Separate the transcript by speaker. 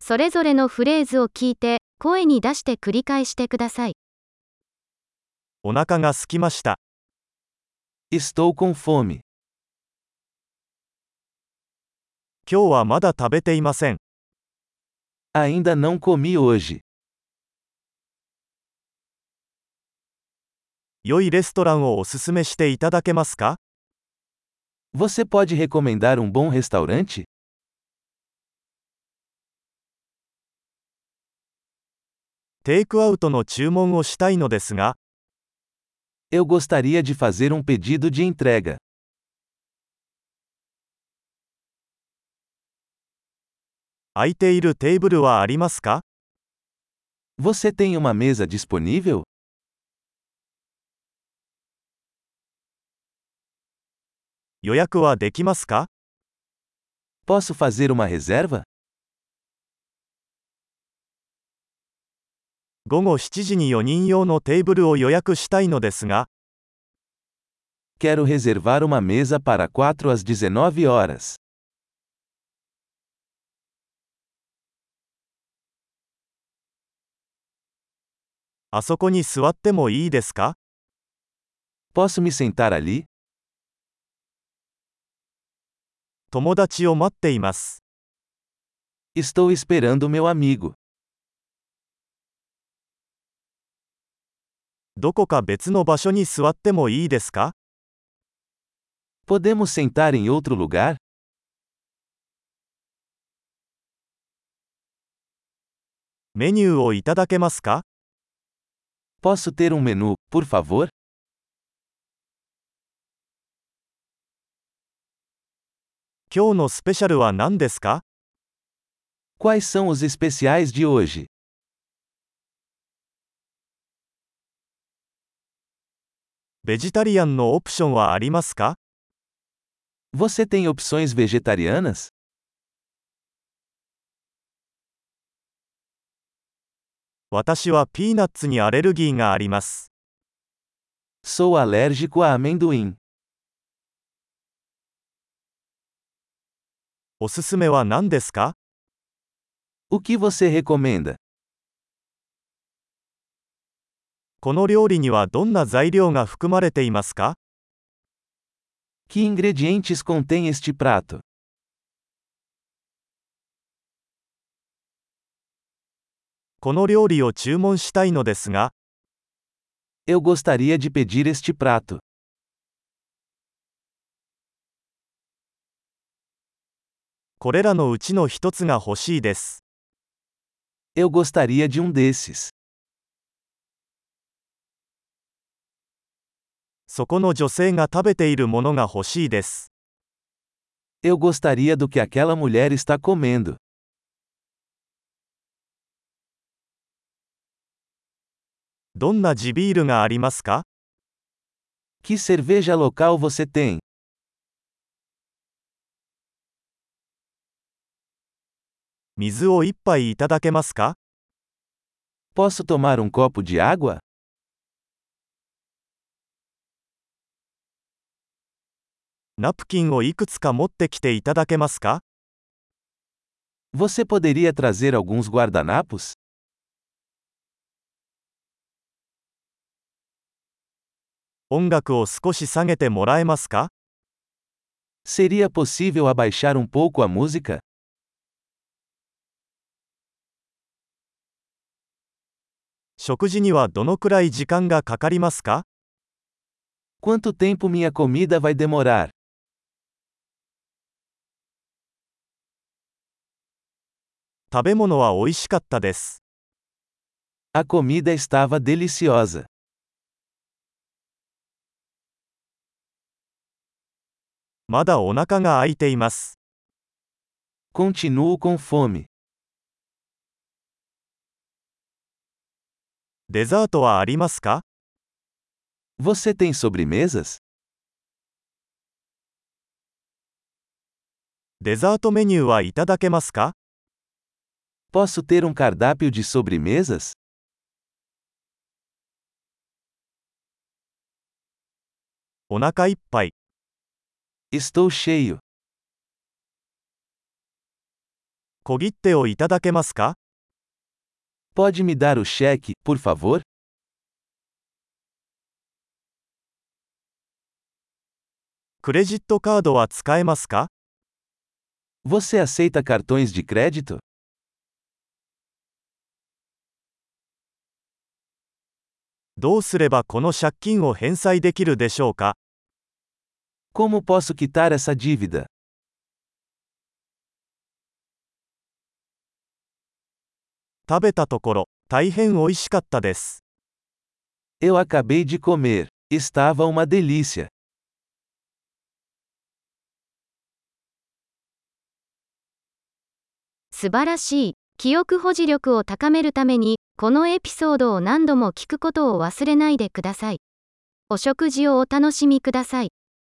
Speaker 1: それぞれのフレーズを聞いて、声に出して繰り返してください。
Speaker 2: お腹が空きました。
Speaker 3: Estou com fome.
Speaker 2: 今日はまだ食べていません。
Speaker 3: Ainda não comi hoje.
Speaker 2: 良いレストランをおすすめしていただけますか
Speaker 3: Você pode recomendar um bom restaurante?
Speaker 2: テイクアウトの注文をしたいのですが、
Speaker 3: Eu gostaria de fazer um pedido de entrega.
Speaker 2: 空いているテーブルはありますか
Speaker 3: Você tem uma mesa disponível?
Speaker 2: 予約はできますか
Speaker 3: Posso fazer uma reserva?
Speaker 2: 午後7時に4人用のテーブルを予約したいのですが、
Speaker 3: Quero reservar uma mesa para 4 às 19 horas.
Speaker 2: あそこに座ってもいいですか
Speaker 3: Posso me sentar ali?
Speaker 2: 友達を待っています。
Speaker 3: Estou esperando meu amigo.
Speaker 2: どこか別の場所に座ってもいいですか
Speaker 3: Podemos sentar em outro lugar?
Speaker 2: メニューをいただけますか
Speaker 3: Posso ter um menu, por favor?
Speaker 2: 今日のスペシャルは何ですか
Speaker 3: Quais são os especiais de hoje?
Speaker 2: ベジタリアンのオプションはありますか
Speaker 3: Você tem opções vegetarianas?
Speaker 2: 私はピーナッツにアレルギーがあります。
Speaker 3: Sou alérgico a amendoim.
Speaker 2: おすすめは何ですか
Speaker 3: O que você recomenda?
Speaker 2: この料理にはどんな材料が含まれていますか
Speaker 3: Que ingredientes contém este prato?
Speaker 2: この料理を注文したいのですが、
Speaker 3: Eu gostaria de pedir este prato.
Speaker 2: これらのうちの一つが欲しいです。
Speaker 3: Eu gostaria de um desses.
Speaker 2: そこの女性が食べているものが欲しいです。
Speaker 3: Eu gostaria do que aquela mulher está comendo.
Speaker 2: どんな地ビールがありますか
Speaker 3: Que cerveja local você tem?
Speaker 2: 水を一杯いただけますか
Speaker 3: Posso tomar um copo de água?
Speaker 2: ナプキンをいくつか持ってきていただけますか
Speaker 3: Você poderia trazer alguns guardanapos?
Speaker 2: 音楽を少し下げてもらえますか
Speaker 3: Seria possível abaixar um pouco a música?
Speaker 2: 食事にはどのくらい時間がかかりますか
Speaker 3: Quanto tempo minha comida vai demorar?
Speaker 2: 食べ物は美味しかったです。
Speaker 3: A comida estava deliciosa.
Speaker 2: まだお腹が空いています。
Speaker 3: Continuo com fome.
Speaker 2: デザートはありますか
Speaker 3: Você tem sobremesas?
Speaker 2: デザートメニューはいただけますか
Speaker 3: Posso ter um cardápio de sobremesas?
Speaker 2: お腹いっぱい。
Speaker 3: Estou cheio.
Speaker 2: 小切手をいただけますか
Speaker 3: Pode me dar o cheque, por favor?
Speaker 2: クレジットカードは使えますか
Speaker 3: Você aceita cartões de crédito?
Speaker 2: どうすればこの借金を返済できるでしょうか
Speaker 3: Como posso quitar essa dívida?
Speaker 2: 食べたところ、大変美味しかったです。
Speaker 3: Eu acabei de comer. Estava uma delícia.
Speaker 1: 素晴らしい。記憶保持力を高めるために、このエピソードを何度も聞くことを忘れないでください。お食事をお楽しみください。